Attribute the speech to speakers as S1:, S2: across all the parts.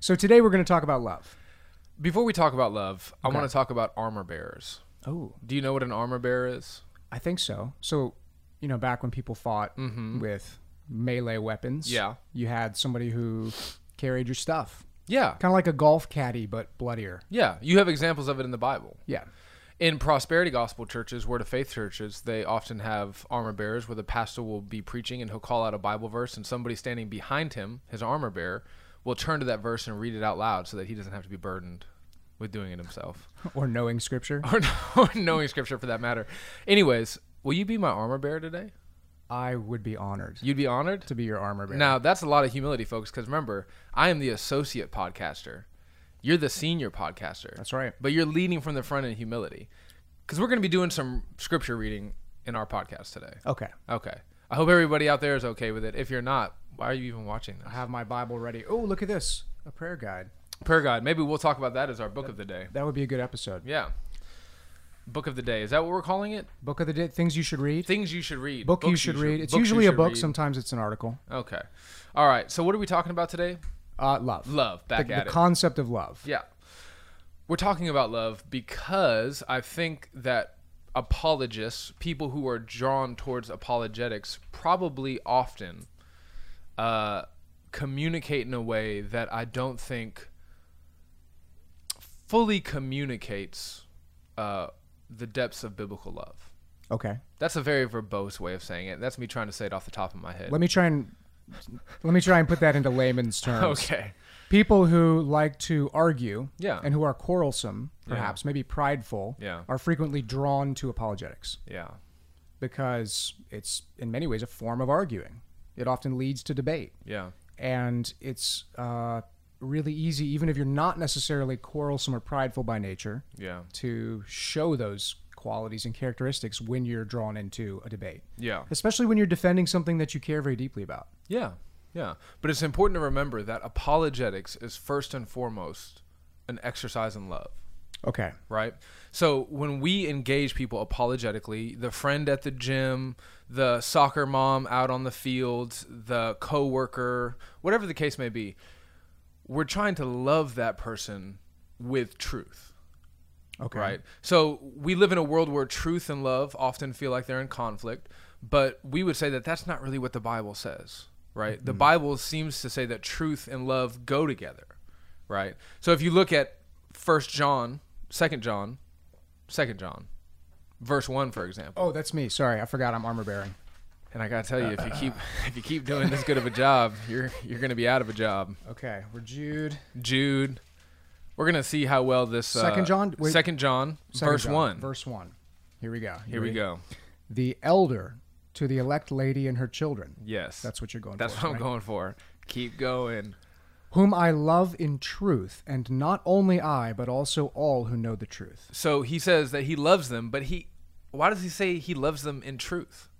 S1: So today we're going to talk about love.
S2: Before we talk about love, I
S1: Okay.
S2: want to talk about armor bearers.
S1: Oh,
S2: Do you know what an armor bearer is?
S1: I think so. So, you know, back when people fought with melee weapons,
S2: Mm-hmm. Yeah.
S1: you had somebody who carried your stuff,
S2: Yeah.
S1: kind of like a golf caddy but bloodier.
S2: Yeah. You have examples of it in the Bible.
S1: Yeah.
S2: In prosperity gospel churches, word of faith churches, they often have armor bearers where the pastor will be preaching and he'll call out a Bible verse, and somebody standing behind him, his armor bearer, will turn to that verse and read it out loud so that he doesn't have to be burdened with doing it himself
S1: Or knowing scripture.
S2: or, or knowing scripture for that matter. Anyways, will you be my armor bearer today?
S1: I would be honored
S2: You'd be honored?
S1: to be your armor bearer.
S2: Now that's a lot of humility, folks. Because remember, I am the associate podcaster. You're the senior podcaster.
S1: That's right.
S2: But you're leading from the front in humility, because we're going to be doing some scripture reading in our podcast today.
S1: Okay.
S2: Okay. I hope everybody out there is okay with it. If you're not, why are you even watching
S1: I
S2: this?
S1: have my Bible ready. Oh, look at this. A prayer guide.
S2: Prayer God. Maybe we'll talk about that as our book of the day.
S1: That would be a good episode.
S2: Yeah. Book of the day. Is that what we're calling it?
S1: Book of the day, things you should read.
S2: Things you should read.
S1: book you
S2: Books
S1: should read. It's
S2: books you
S1: usually a
S2: should
S1: book.
S2: read.
S1: Sometimes it's an article.
S2: Okay. All right. So what are we talking about today?
S1: Uh, love.
S2: Love.
S1: The,
S2: Back
S1: the
S2: at it.
S1: concept of love.
S2: Yeah. We're talking about love because I think that apologists, people who are drawn towards apologetics, probably often uh, communicate in a way that I don't think fully communicates uh, the depths of biblical love.
S1: Okay.
S2: That's a very verbose way of saying it. That's me trying to say it off the top of my head.
S1: Let me try and let me try and put that into layman's terms.
S2: Okay.
S1: People who like to argue
S2: Yeah.
S1: and who are quarrelsome, perhaps, maybe prideful,
S2: Yeah.
S1: are frequently drawn to apologetics
S2: Yeah.
S1: because it's in many ways a form of arguing. It often leads to debate.
S2: Yeah.
S1: And it's uh, really easy, even if you're not necessarily quarrelsome or prideful by nature,
S2: Yeah.
S1: to show those qualities and characteristics when you're drawn into a debate,
S2: Yeah.
S1: especially when you're defending something that you care very deeply about.
S2: Yeah, yeah. But it's important to remember that apologetics is first and foremost an exercise in love,
S1: Okay.
S2: right? So when we engage people apologetically, the friend at the gym, the soccer mom out on the field, the coworker, whatever the case may be, we're trying to love that person with truth.
S1: Okay.
S2: Right. So we live in a world where truth and love often feel like they're in conflict, but we would say that that's not really what the Bible says, right? The
S1: Mm-hmm.
S2: Bible seems to say that truth and love go together, right? So if you look at 1 John, 2 John, 2 John, verse 1 for example,
S1: Oh, that's me. Sorry, I forgot I'm armor bearing.
S2: and I got to tell you if you keep if you keep doing this good of a job, you're you're going to be out of a job.
S1: Okay, we're Jude.
S2: Jude we're gonna see how well this uh,
S1: Second John? Wait.
S2: Second John,
S1: Second
S2: verse
S1: John,
S2: one.
S1: Verse one. Here we go. You
S2: Here we
S1: ready?
S2: go.
S1: The elder to the elect lady and her children.
S2: Yes,
S1: That's what you're going
S2: That's
S1: for.
S2: what I'm
S1: right?
S2: going for. Keep going.
S1: Whom I love in truth, and not only I, but also all who know the truth.
S2: So he says that he loves them, but he why does he say he loves them in truth?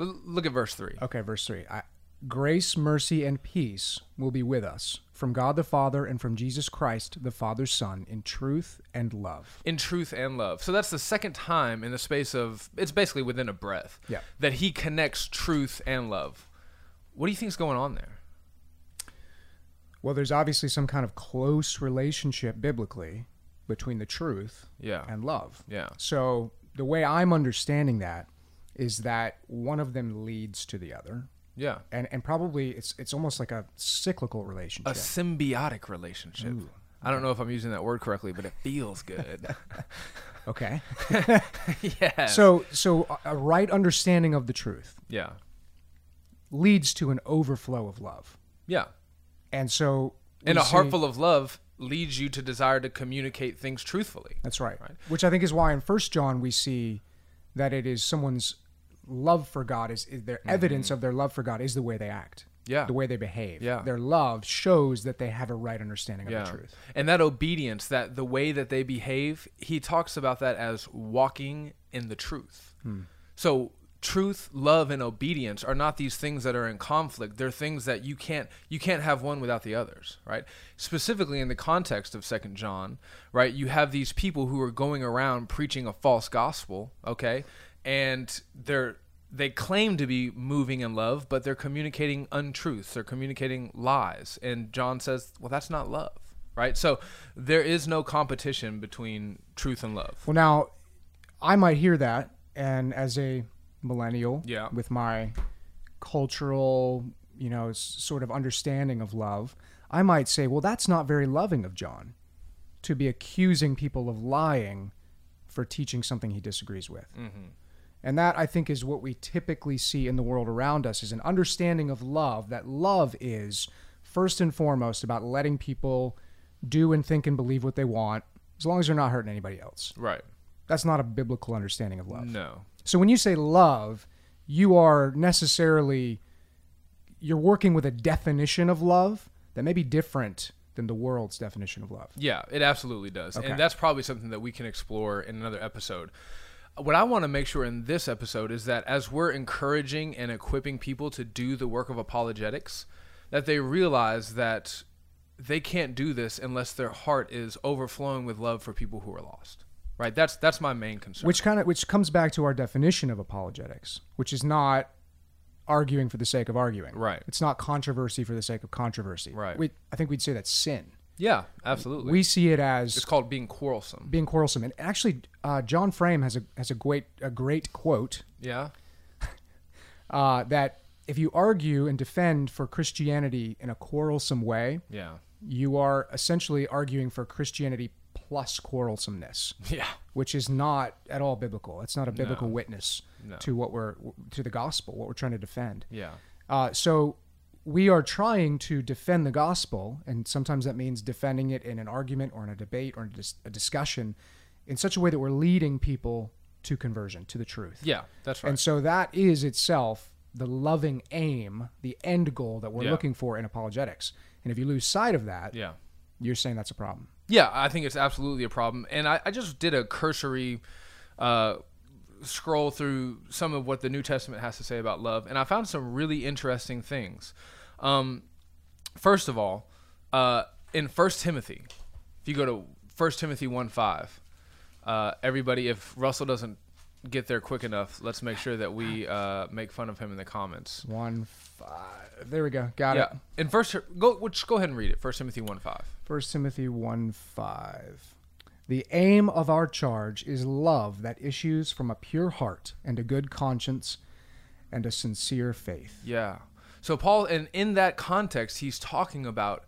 S2: L- look at verse 3.
S1: Okay, verse three. I, Grace, mercy, and peace will be with us from God the Father and from Jesus Christ, the Father's Son, in truth and love.
S2: In truth and love. So that's the second time in the space of it's basically within a breath
S1: Yeah.
S2: that he connects truth and love. What do you think's going on there?
S1: Well, there's obviously some kind of close relationship biblically between the truth
S2: Yeah.
S1: and love.
S2: Yeah.
S1: So the way I'm understanding that is that one of them leads to the other,
S2: Yeah.
S1: and and probably it's it's almost like a cyclical
S2: A
S1: relationship.
S2: symbiotic relationship. I don't know if I'm using that word correctly, but it feels good.
S1: okay.
S2: yeah.
S1: So so a- a right understanding of the truth
S2: yeah.
S1: leads to an overflow of love,
S2: Yeah.
S1: and so we
S2: And a
S1: see-
S2: heart full of love leads you to desire to communicate things truthfully.
S1: That's right.
S2: Right.
S1: Which I think is why in First John we see that it is someone's love for God is, is their evidence of their love for God is the way they act.
S2: Mm-hmm. Yeah.
S1: The way they behave.
S2: Yeah.
S1: Their love shows that they have a right understanding of
S2: yeah.
S1: the truth.
S2: And that obedience, that the way that they behave, he talks about that as walking in the truth.
S1: Hmm.
S2: So truth, love, and obedience are not these things that are in conflict. They're things that you can't you can't have one without the others, right? Specifically in the context of Second John, right? You have these people who are going around preaching a false gospel, okay, and they're they claim to be moving in love, but they're communicating untruths. They're communicating lies. And John says, well, that's not love, right? So there is no competition between truth and love.
S1: Well, now I might hear that, and as a millennial,
S2: Yeah.
S1: with my cultural, you know, s- sort of understanding of love, I might say, well, that's not very loving of John to be accusing people of lying for teaching something he disagrees with. And that I think is what we typically see in the world around us is an understanding of love that love is first and foremost about letting people do and think and believe what they want as long as they're not hurting anybody else.
S2: Right.
S1: That's not a biblical understanding of love.
S2: No.
S1: So when you say love, you are necessarily you're working with a definition of love that may be different than the world's definition of love.
S2: Yeah, it absolutely does.
S1: Okay.
S2: And that's probably something that we can explore in another episode. What I want to make sure in this episode is that as we're encouraging and equipping people to do the work of apologetics, that they realize that they can't do this unless their heart is overflowing with love for people who are lost. Right? That's that's my main concern.
S1: Which kind of which comes back to our definition of apologetics, which is not arguing for the sake of arguing.
S2: Right.
S1: It's not controversy for the sake of controversy.
S2: Right.
S1: We, I think we'd say that's sin.
S2: yeah, absolutely.
S1: We see it as
S2: it's called being quarrelsome.
S1: being quarrelsome. And actually, uh, John Frame has a has a great a great quote
S2: Yeah.
S1: uh, that if you argue and defend for Christianity in a quarrelsome way,
S2: Yeah.
S1: you are essentially arguing for Christianity plus quarrelsomeness,
S2: Yeah.
S1: which is not at all biblical. It's not a biblical witness
S2: No.
S1: to what we're to the gospel, what we're trying to defend.
S2: Yeah.
S1: Uh, so we are trying to defend the gospel, and sometimes that means defending it in an argument or in a debate or in a, dis- a discussion in such a way that we're leading people to conversion, to the truth.
S2: Yeah, that's right.
S1: And so that is itself the loving aim, the end goal that we're
S2: Yeah.
S1: looking for in apologetics. And if you lose sight of that,
S2: yeah.
S1: you're saying that's a problem.
S2: Yeah, I think it's absolutely a problem. And I, I just did a cursory uh, scroll through some of what the New Testament has to say about love, and I found some really interesting things. Um, first of all, uh, in First Timothy, if you go to First Timothy 1 5, uh, everybody, if Russell doesn't get there quick enough, let's make sure that we uh, make fun of him in the comments.
S1: One five. There we go. Got
S2: Yeah,
S1: it.
S2: in first, go, which, go ahead and read it. First Timothy 1 5.
S1: First Timothy one five. The aim of our charge is love that issues from a pure heart and a good conscience and a sincere faith.
S2: Yeah. So Paul, and in that context, he's talking about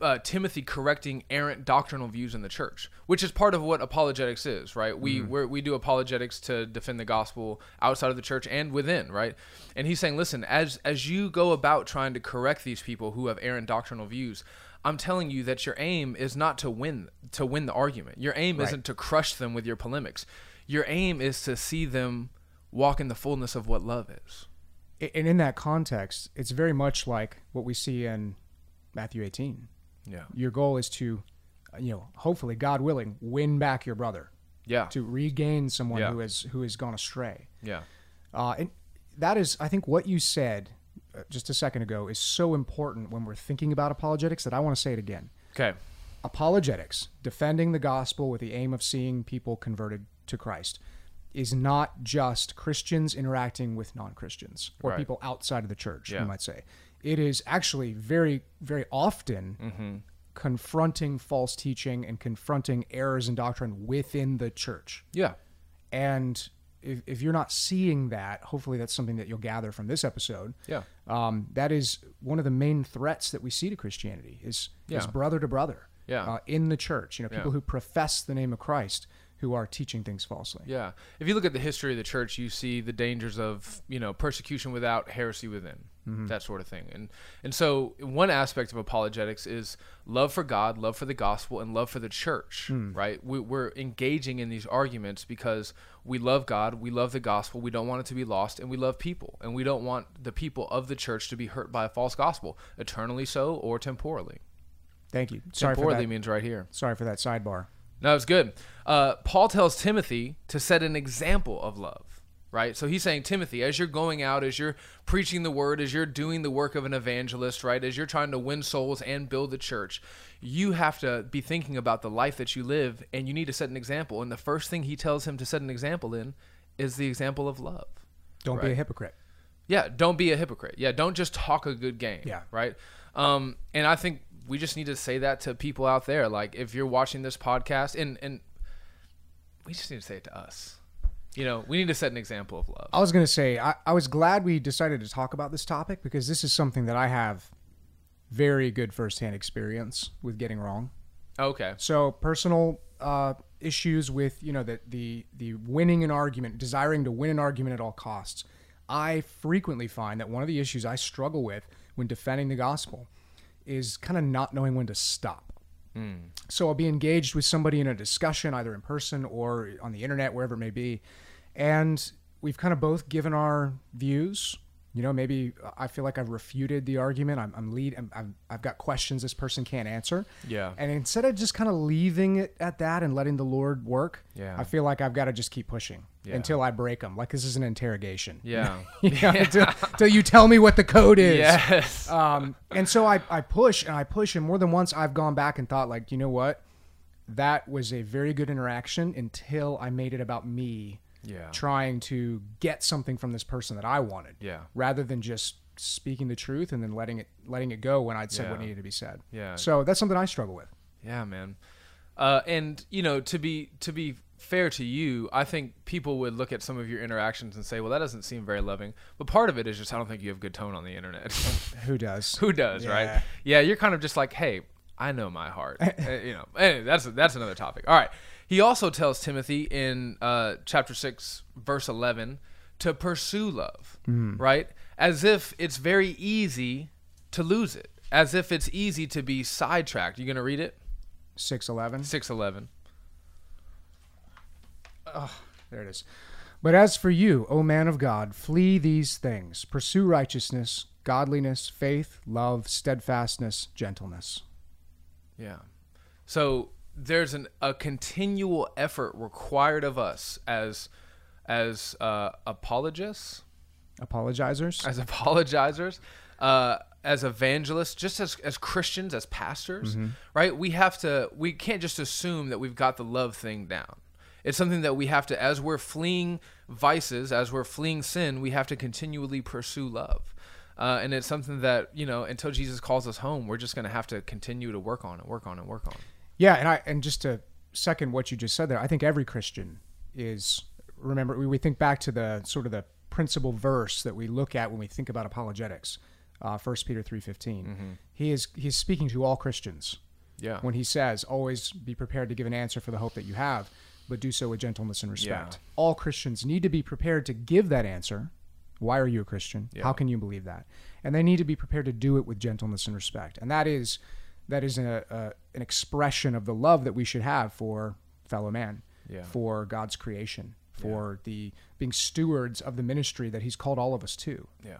S2: uh, Timothy correcting errant doctrinal views in the church, which is part of what apologetics is, right? We we're, we do apologetics to defend the gospel outside of the church and within, right? And he's saying, listen, as as you go about trying to correct these people who have errant doctrinal views. I'm telling you that your aim is not to win to win the argument. Your aim isn't to crush them with your polemics. Your aim is to see them walk in the fullness of what love is.
S1: I- And in that context, it's very much like what we see in Matthew 18.
S2: Yeah.
S1: Your goal is to, uh, you know, hopefully, God willing, win back your brother,
S2: Yeah.
S1: to regain someone
S2: Ah. Yeah.
S1: who has who has gone astray.
S2: Yeah.
S1: Uh, and that is, I think, what you said uh, just a second ago is so important when we're thinking about apologetics that I want to say it again.
S2: Okay.
S1: Apologetics, defending the gospel with the aim of seeing people converted to Christ, is not just Christians interacting with non Christians or
S2: Right.
S1: people outside of the church,
S2: Yeah.
S1: you might say. It is actually very, very often
S2: Mm-hmm.
S1: confronting false teaching and confronting errors in doctrine within the church.
S2: Yeah.
S1: And if, if you're not seeing that, hopefully that's something that you'll gather from this episode.
S2: Yeah.
S1: Um, that is one of the main threats that we see to Christianity is is
S2: Yeah.
S1: brother to brother.
S2: Yeah.
S1: Uh, in the church, you know, people who profess the name of Christ who are teaching things falsely.
S2: Yeah. If you look at the history of the church, you see the dangers of, you know, persecution without, heresy within,
S1: Mm-hmm.
S2: that sort of thing. And and so one aspect of apologetics is love for God, love for the gospel, and love for the church,
S1: Hmm.
S2: right? We, we're engaging in these arguments because we love God, we love the gospel, we don't want it to be lost, and we love people. And we don't want the people of the church to be hurt by a false gospel, eternally so or temporally.
S1: Thank you. Sorry for
S2: temporally
S1: that.
S2: means right here.
S1: Sorry for that sidebar.
S2: No, it's good. Uh, Paul tells Timothy to set an example of love, right? So he's saying, Timothy, as you're going out, as you're preaching the word, as you're doing the work of an evangelist, right? As you're trying to win souls and build the church, you have to be thinking about the life that you live and you need to set an example. And the first thing he tells him to set an example in is the example of love.
S1: Don't be a
S2: Right.
S1: hypocrite.
S2: Yeah, don't be a hypocrite. Yeah, don't just talk a good game.
S1: Yeah.
S2: Right. Um, and I think we just need to say that to people out there. Like if you're watching this podcast and and we just need to say it to us. You know, we need to set an example of love.
S1: I was going to say, I, I was glad we decided to talk about this topic because this is something that I have very good firsthand experience with getting wrong.
S2: Okay.
S1: So personal uh, issues with you know the, the the winning an argument, desiring to win an argument at all costs. I frequently find that one of the issues I struggle with when defending the gospel is kind of not knowing when to stop.
S2: Hmm.
S1: So I'll be engaged with somebody in a discussion, either in person or on the internet, wherever it may be, and we've kind of both given our views. You know, maybe I feel like I've refuted the argument. I'm, I'm lead. I'm, I'm, I've got questions this person can't answer.
S2: Yeah.
S1: And instead of just kind of leaving it at that and letting the Lord work,
S2: Yeah.
S1: I feel like I've got to just keep pushing
S2: Yeah.
S1: until I break them. Like this is an interrogation.
S2: Yeah.
S1: You know, Until, until you tell me what the code is.
S2: yes.
S1: Um, and so I, I push and I push, and more than once I've gone back and thought, like, you know what? That was a very good interaction until I made it about me
S2: Yeah.
S1: trying to get something from this person that I wanted.
S2: Yeah.
S1: Rather than just speaking the truth and then letting it letting it go when I'd said what
S2: Yeah.
S1: needed to be said.
S2: Yeah.
S1: So that's something I struggle with.
S2: Yeah, man. Uh, and you know, to be to be fair to you, I think people would look at some of your interactions and say, "Well, that doesn't seem very loving." But part of it is just I don't think you have good tone on the internet.
S1: Who does?
S2: Who does,
S1: Yeah.
S2: right? Yeah, you're kind of just like, "Hey, I know my heart." Uh, you know, anyway, that's that's another topic. All right. He also tells Timothy in uh, chapter six, verse eleven, to pursue love, right? As if it's very easy to lose it. As if it's easy to be sidetracked. You gonna read it?
S1: Six eleven.
S2: Six eleven.
S1: There it is. But as for you, O man of God, flee these things. Pursue righteousness, godliness, faith, love, steadfastness, gentleness.
S2: Yeah. So there's an, a continual effort required of us as as uh, apologists,
S1: Apologizers.
S2: as apologizers, uh, as evangelists, just as as Christians, as pastors,
S1: Mm-hmm.
S2: right? We have to. We can't just assume that we've got the love thing down. It's something that we have to, as we're fleeing vices, as we're fleeing sin, we have to continually pursue love. Uh, and it's something that, you know, until Jesus calls us home, we're just going to have to continue to work on and work on and work on.
S1: Yeah, and I and just to second what you just said there, I think every Christian is remember we, we think back to the sort of the principal verse that we look at when we think about apologetics, uh, 1 Peter three He is he's speaking to all Christians.
S2: Yeah.
S1: When he says, always be prepared to give an answer for the hope that you have, but do so with gentleness and respect. All Christians need to be prepared to give that answer. Why are you a Christian? How can you believe that? And they need to be prepared to do it with gentleness and respect. And that is that is a, a, an expression of the love that we should have for fellow man,
S2: Yeah.
S1: for God's creation, for the being stewards of the ministry that He's called all of us to.
S2: Yeah.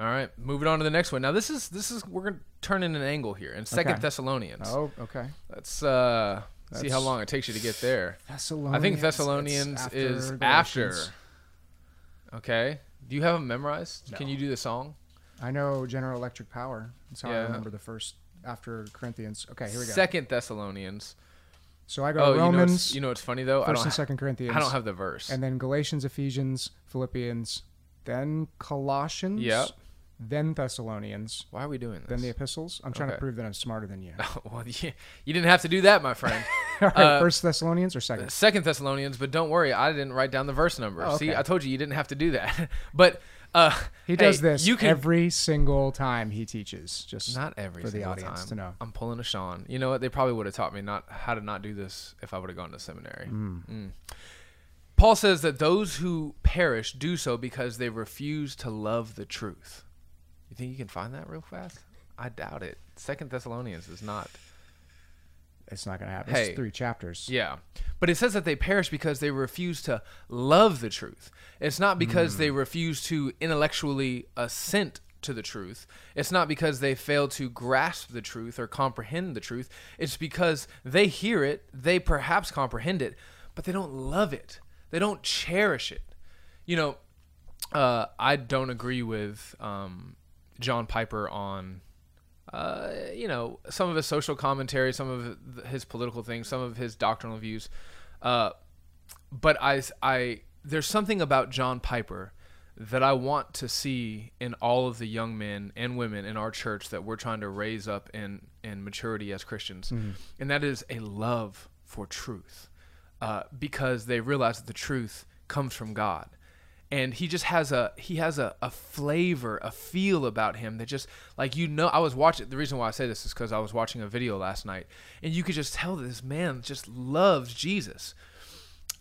S2: All right, moving on to the next one. Now this is this is we're gonna turn in an angle here in Second
S1: Okay.
S2: Thessalonians.
S1: Oh, okay.
S2: Let's uh, see how
S1: That's-
S2: long it takes you to get there.
S1: Thessalonians.
S2: I think
S1: that's
S2: Thessalonians
S1: after
S2: is after.
S1: Galatians.
S2: Okay. Do you have them memorized? Can you do the song?
S1: I know General Electric Power. That's how I
S2: Yeah.
S1: remember the first after Corinthians. Okay, here we go.
S2: Second Thessalonians.
S1: so I go
S2: Oh, you know,
S1: Romans,
S2: it's, you know it's funny though. I
S1: First
S2: don't.
S1: and
S2: Ha-
S1: Second Corinthians.
S2: I don't have the verse.
S1: And then Galatians, Ephesians, Philippians, then Colossians.
S2: Yep.
S1: Then Thessalonians,
S2: Why are we doing this?
S1: then the epistles. I'm trying to
S2: Okay.
S1: prove that I'm smarter than you.
S2: well, you, you didn't have to do that, my friend.
S1: All right,
S2: Uh,
S1: First Thessalonians or second?
S2: Second Thessalonians, but don't worry, I didn't write down the verse number.
S1: Oh,
S2: See,
S1: okay.
S2: I told you you didn't have to do that. but uh,
S1: He does
S2: hey,
S1: this
S2: You can
S1: every single time he teaches. Just
S2: not every
S1: for the
S2: single
S1: audience
S2: time.
S1: to know.
S2: I'm pulling a Sean. You know what? They probably would have taught me not how to not do this if I would have gone to seminary. Mm. Paul says that those who perish do so because they refuse to love the truth. You think you can find that real fast? I doubt it. Second Thessalonians is not.
S1: It's not going to happen.
S2: Hey.
S1: it's three chapters.
S2: Yeah. But it says that they perish because they refuse to love the truth. It's not because they refuse to intellectually assent to the truth. It's not because they fail to grasp the truth or comprehend the truth. It's because they hear it, they perhaps comprehend it, but they don't love it. They don't cherish it. You know, uh, I don't agree with um, John Piper on, uh, you know, some of his social commentary, some of th- his political things, some of his doctrinal views. Uh, but I, I, there's something about John Piper that I want to see in all of the young men and women in our church that we're trying to raise up in in maturity as Christians, and that is a love for truth, uh, because they realize that the truth comes from God, and he just has a he has a, a flavor a feel about him that just like you know i was watching the reason why i say this is because i was watching a video last night and you could just tell that this man just loves jesus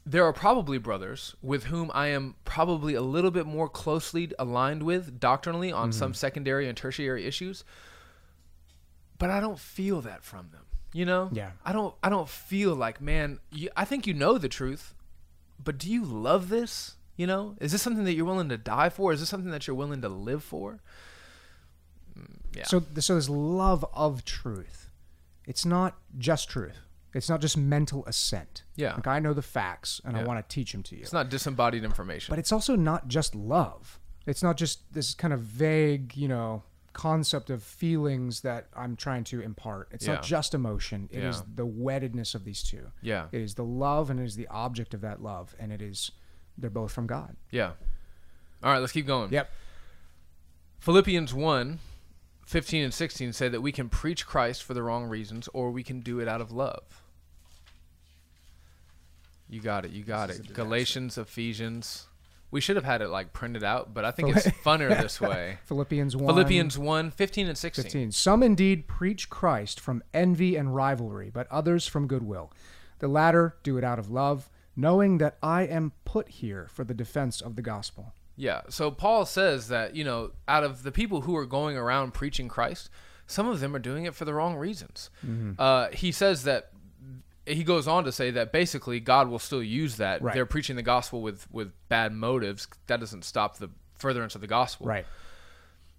S2: there are probably brothers with whom I am probably a little bit more closely aligned with doctrinally on some secondary and tertiary issues, but I don't feel that from them. You know?
S1: Yeah.
S2: I don't. I don't feel like, man. You, I think you know the truth, but do you love this? You know, is this something that you're willing to die for? Is this something that you're willing to live for? Yeah.
S1: So, th- so this love of truth, it's not just truth. It's not just mental assent.
S2: Yeah.
S1: Like I know the facts and I
S2: Yeah.
S1: want to teach them to you.
S2: It's not disembodied information.
S1: But it's also not just love. It's not just this kind of vague, you know, concept of feelings that I'm trying to impart. It's
S2: Yeah.
S1: not just emotion. It is
S2: Yeah.
S1: the weddedness of these two.
S2: yeah.
S1: It is the love and it is the object of that love. And it is, they're both from God.
S2: Yeah. All right. Let's keep going.
S1: Yep.
S2: Philippians 1 15 and 16 say that we can preach Christ for the wrong reasons or we can do it out of love. You got it. You got it. Galatians, Ephesians. We should have had it like printed out, but I think it's funner this way.
S1: Philippians 1.
S2: Philippians 1 15 and 16.
S1: 15. Some indeed preach Christ from envy and rivalry, but others from goodwill. The latter do it out of love, knowing that I am put here for the defense of the gospel.
S2: Yeah. So Paul says that, you know, out of the people who are going around preaching Christ, some of them are doing it for the wrong reasons. Uh, he says that he goes on to say that basically God will still use that.
S1: Right.
S2: They're preaching the gospel with with bad motives. That doesn't stop the furtherance of the gospel.
S1: Right.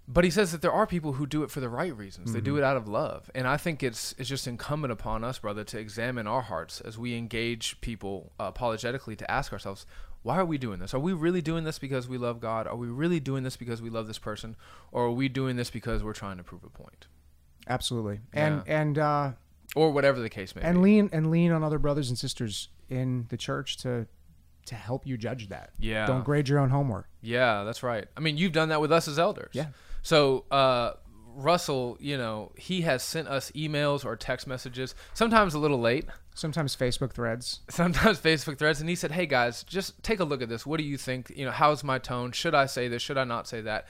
S2: But he says that there are people who do it for the right reasons. They
S1: Mm-hmm.
S2: do it out of love. And I think it's it's just incumbent upon us, brother, to examine our hearts as we engage people uh, apologetically to ask ourselves, why are we doing this? Are we really doing this because we love God? Are we really doing this because we love this person? Or are we doing this because we're trying to prove a point?
S1: Absolutely. And and uh
S2: Or whatever the case may
S1: and
S2: be.
S1: lean and lean on other brothers and sisters in the church to to help you judge that.
S2: Yeah.
S1: Don't grade your own homework.
S2: Yeah, that's right. I mean, you've done that with us as elders.
S1: Yeah.
S2: So, uh, Russell, you know, he has sent us emails or text messages, sometimes a little late.
S1: Sometimes Facebook threads.
S2: sometimes Facebook threads, and he said, "Hey guys, just take a look at this. What do you think? You know, how's my tone? Should I say this? Should I not say that?"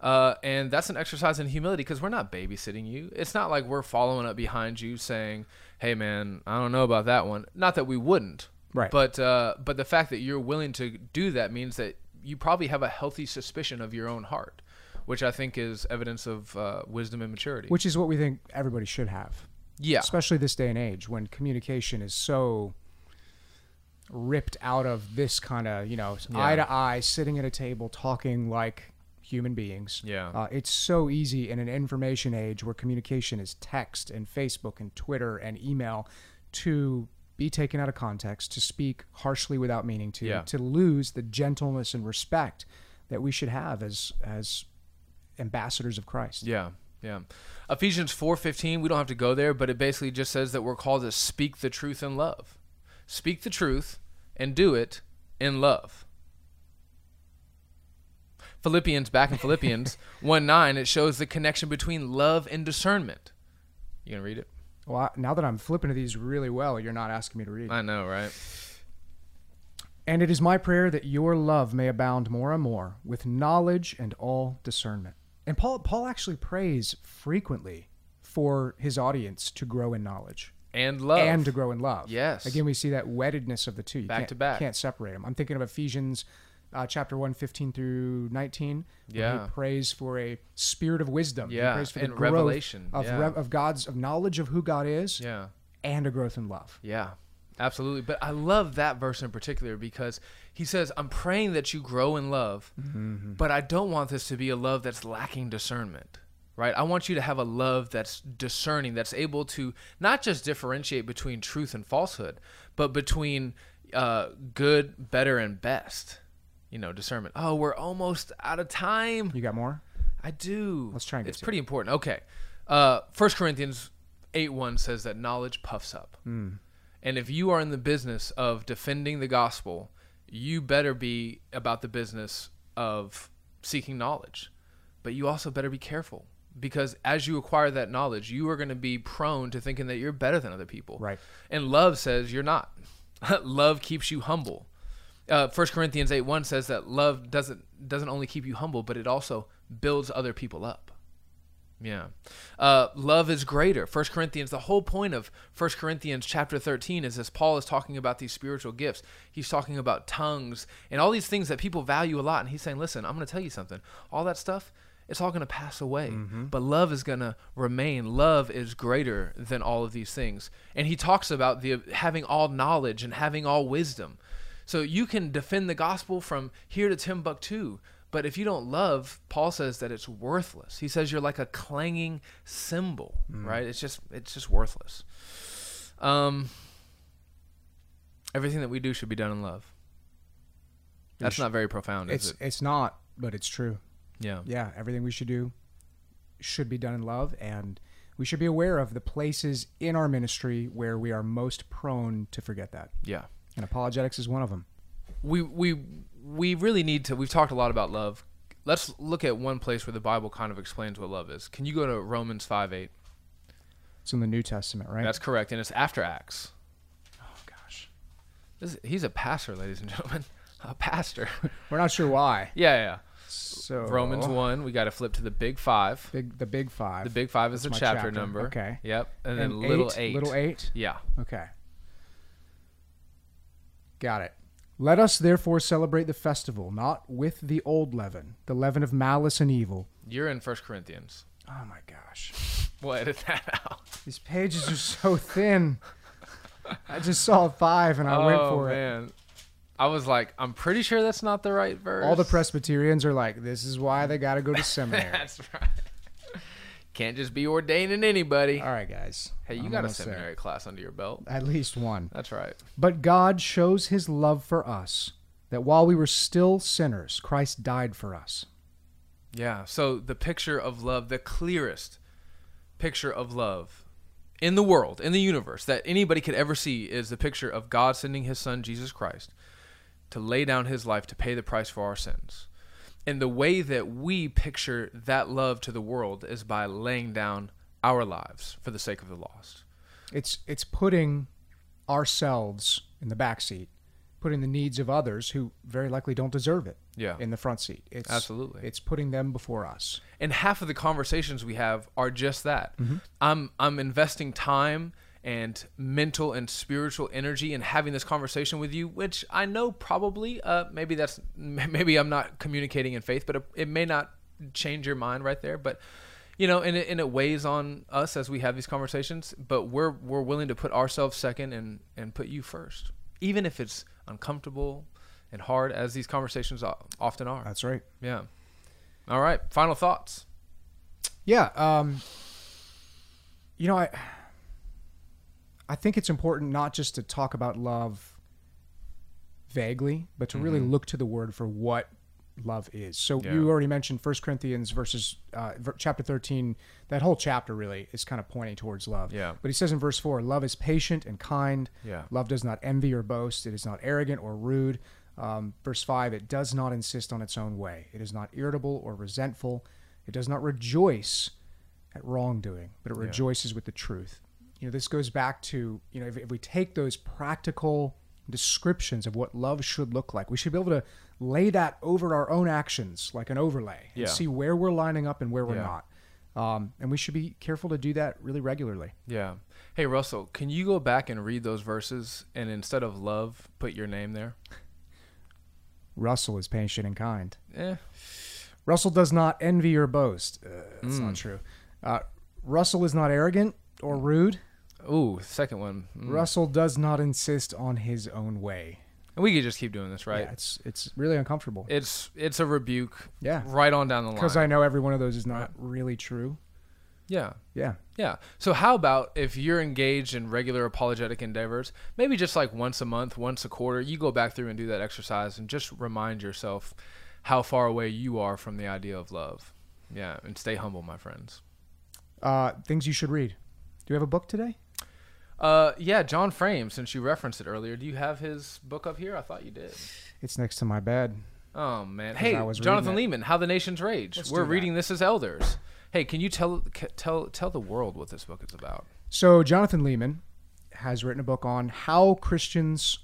S2: Uh, and that's an exercise in humility because we're not babysitting you. It's not like we're following up behind you saying, "Hey man, I don't know about that one." Not that we wouldn't,
S1: Right.
S2: But uh, but the fact that you're willing to do that means that you probably have a healthy suspicion of your own heart, which I think is evidence of uh, wisdom and maturity.
S1: Which is what we think everybody should have.
S2: yeah,
S1: Especially this day and age when communication is so ripped out of this kind of, you know, eye to eye, sitting at a table, talking like human beings.
S2: Yeah.
S1: Uh, it's so easy in an information age where communication is text and Facebook and Twitter and email to be taken out of context, to speak harshly without meaning to,
S2: Yeah.
S1: to lose the gentleness and respect that we should have as as ambassadors of Christ.
S2: Yeah, yeah. Ephesians four fifteen. We don't have to go there, but it basically just says that we're called to speak the truth in love. Speak the truth and do it in love. Philippians back in Philippians one nine. It shows the connection between love and discernment. You gonna read it?
S1: Well, I, now that I'm flipping to these really well, you're not asking me to read.
S2: I know, right?
S1: And it is my prayer that your love may abound more and more with knowledge and all discernment. And Paul Paul actually prays frequently for his audience to grow in knowledge
S2: And love.
S1: and to grow in love.
S2: Yes.
S1: Again, we see that weddedness of the two. You
S2: Back
S1: can't,
S2: to back.
S1: Can't separate them. I'm thinking of Ephesians uh, chapter 1, 15 through 19. when
S2: Yeah.
S1: He prays for a spirit of wisdom. He
S2: Yeah,
S1: prays for
S2: and
S1: the growth
S2: revelation,
S1: Of,
S2: yeah.
S1: of God's, of knowledge of who God is
S2: yeah.
S1: and a growth in love.
S2: Yeah, absolutely. But I love that verse in particular because he says, I'm praying that you grow in love,
S1: Mm-hmm.
S2: but I don't want this to be a love that's lacking discernment. Right? I want you to have a love that's discerning, that's able to not just differentiate between truth and falsehood, but between uh, good, better, and best. You know, discernment. Oh, we're almost out of time.
S1: You got more?
S2: I do.
S1: Let's try and get
S2: It's
S1: to
S2: pretty important. Okay. Uh, 1 Corinthians 8 1 says that knowledge puffs up. And if you are in the business of defending the gospel, you better be about the business of seeking knowledge. But you also better be careful because as you acquire that knowledge, you are going to be prone to thinking that you're better than other people.
S1: Right.
S2: And love says you're not. love keeps you humble. Uh, 1 Corinthians 8 1 says that love doesn't doesn't only keep you humble, but it also builds other people up. Yeah. Uh, love is greater. 1 Corinthians, the whole point of 1 Corinthians chapter 13 is as Paul is talking about these spiritual gifts. He's talking about tongues and all these things that people value a lot. And he's saying, listen, I'm going to tell you something. All that stuff, it's all going to pass away. But love is going to remain. Love is greater than all of these things. And he talks about the having all knowledge and having all wisdom. So you can defend the gospel from here to Timbuktu, but if you don't love, Paul says that it's worthless. He says you're like a clanging cymbal,
S1: Mm.
S2: right? It's just it's just worthless. Um, everything that we do should be done in love. That's
S1: sh-
S2: not very profound, is
S1: It's
S2: it?
S1: it's not, but it's true.
S2: Yeah.
S1: Yeah, everything we should do should be done in love and we should be aware of the places in our ministry where we are most prone to forget that.
S2: Yeah.
S1: And apologetics is one of them.
S2: we we we really need to we've talked a lot about love let's look at one place where the bible kind of explains what love is can you go to romans 5 8
S1: It's in the New Testament, right?
S2: that's correct and it's after acts
S1: oh gosh.
S2: this, he's a pastor ladies and gentlemen a pastor
S1: We're not sure why.
S2: yeah yeah
S1: So
S2: yeah.
S1: Oh.
S2: romans 1 we got to flip to the big five
S1: Big the big five.
S2: the big five is the
S1: That's my
S2: chapter,
S1: chapter.
S2: number
S1: Okay.
S2: yep and,
S1: and
S2: then little eight
S1: Little eight.
S2: yeah
S1: Okay. Got it. Let us therefore celebrate the festival, not with the old leaven, the leaven of malice and evil.
S2: you're in first corinthians
S1: Oh my gosh.
S2: we'll edit that out
S1: These pages are so thin. I just saw a five and I went
S2: oh
S1: for it.
S2: man i was like i'm pretty sure that's not the right verse
S1: All the Presbyterians are like, this is why they got to go to seminary.
S2: That's right. Can't just be ordaining anybody.
S1: All right, guys.
S2: Hey, you
S1: I'm
S2: got a
S1: almost there.
S2: seminary class under your belt.
S1: At least one.
S2: That's right.
S1: But God shows his love for us that while we were still sinners, Christ died for us.
S2: Yeah. So the picture of love, the clearest picture of love in the world, in the universe, that anybody could ever see is the picture of God sending his son, Jesus Christ, to lay down his life to pay the price for our sins. And the way that we picture that love to the world is by laying down our lives for the sake of the lost.
S1: It's it's putting ourselves in the back seat, putting the needs of others who very likely don't deserve it
S2: Yeah.
S1: in the front seat. It's
S2: Absolutely.
S1: It's putting them before us.
S2: and half of the conversations we have are just that. I'm I'm investing time and mental and spiritual energy in having this conversation with you, which I know probably uh, maybe that's m- maybe I'm not communicating in faith, but it, it may not change your mind right there, but. You know, and it, and it weighs on us as we have these conversations, but we're we're willing to put ourselves second and and put you first, even if it's uncomfortable and hard, as these conversations o- often are.
S1: That's right.
S2: Yeah. All right. Final thoughts.
S1: Yeah. Um, you know, I I think it's important not just to talk about love vaguely, but to really look to the word for what love is. So
S2: Mm-hmm. Yeah.
S1: you already mentioned First Corinthians verses uh, ver- chapter thirteen. That whole chapter really is kind of pointing towards love.
S2: Yeah.
S1: But he says in verse four, "Love is patient and kind.
S2: Yeah.
S1: Love does not envy or boast. It is not arrogant or rude. Um, verse 5 It does not insist on its own way. It is not irritable or resentful. It does not rejoice at wrongdoing, but it rejoices with the truth. You know, this goes back to, you know, if, if we take those practical descriptions of what love should look like, we should be able to lay that over our own actions like an overlay and
S2: Yeah.
S1: see where we're lining up and where we're
S2: Yeah.
S1: not. Um, and we should be careful to do that really regularly.
S2: Yeah. Hey, Russell, can you go back and read those verses and instead of love, put your name there?
S1: Russell is patient and kind.
S2: Eh.
S1: Russell does not envy or boast. Uh, that's not true. Uh, Russell is not arrogant or rude.
S2: Ooh, second one. Mm.
S1: Russell does not insist on his own way.
S2: And we could just keep doing this, right?
S1: Yeah, it's it's really uncomfortable
S2: It's it's a rebuke.
S1: Yeah.
S2: Right on down the line.
S1: because I know every one of those is not really true.
S2: yeah.
S1: Yeah,
S2: Yeah. So how about if you're engaged in regular apologetic endeavors, maybe just like once a month, once a quarter, you go back through and do that exercise and just remind yourself how far away you are from the idea of love. Yeah, and stay humble, my friends.
S1: uh, things you should read. Do we have a book today?
S2: Uh, yeah, John Frame. Since you referenced it earlier, do you have his book up here? I thought you did.
S1: It's next to my bed.
S2: Oh man! Hey,
S1: I was reading
S2: Jonathan
S1: it.
S2: Lehman, How the Nations Rage.
S1: Let's
S2: We're
S1: do that.
S2: reading this as elders. Hey, can you tell ca- tell tell the world what this book is about?
S1: So Jonathan Lehman has written a book on how Christians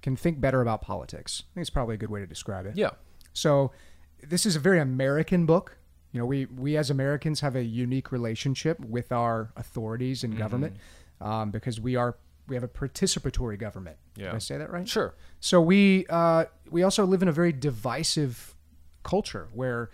S1: can think better about politics. I think it's probably a good way to describe it.
S2: Yeah.
S1: So this is a very American book. You know, we we as Americans have a unique relationship with our authorities and government um, because we are we have a participatory government.
S2: Yeah.
S1: Did I say that right?
S2: Sure.
S1: So we uh, we also live in a very divisive culture where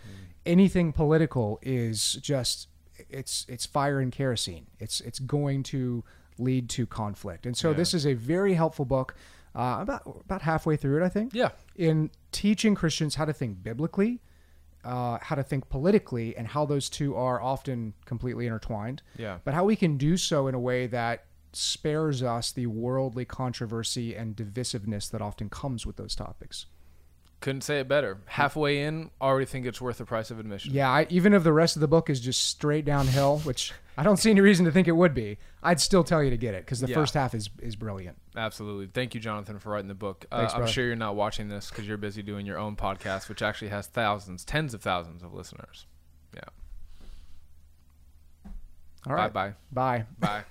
S1: anything political is just it's it's fire and kerosene. It's it's going to lead to conflict. And so this is a very helpful book. Uh, about about halfway through it, I think
S2: Yeah.
S1: in teaching Christians how to think biblically, uh, how to think politically, and how those two are often completely intertwined,
S2: Yeah.
S1: but how we can do so in a way that spares us the worldly controversy and divisiveness that often comes with those topics.
S2: Couldn't say it better. Halfway in, already think it's worth the price of admission.
S1: Yeah, I, even if the rest of the book is just straight downhill, which I don't see any reason to think it would be, I'd still tell you to get it because the
S2: Yeah.
S1: first half is is brilliant.
S2: Absolutely. Thank you, Jonathan, for writing the book. Uh,
S1: Thanks,
S2: I'm
S1: brother.
S2: sure you're not watching this because you're busy doing your own podcast, which actually has thousands, tens of thousands of listeners. Yeah.
S1: All right,
S2: Bye-bye.
S1: bye.
S2: Bye.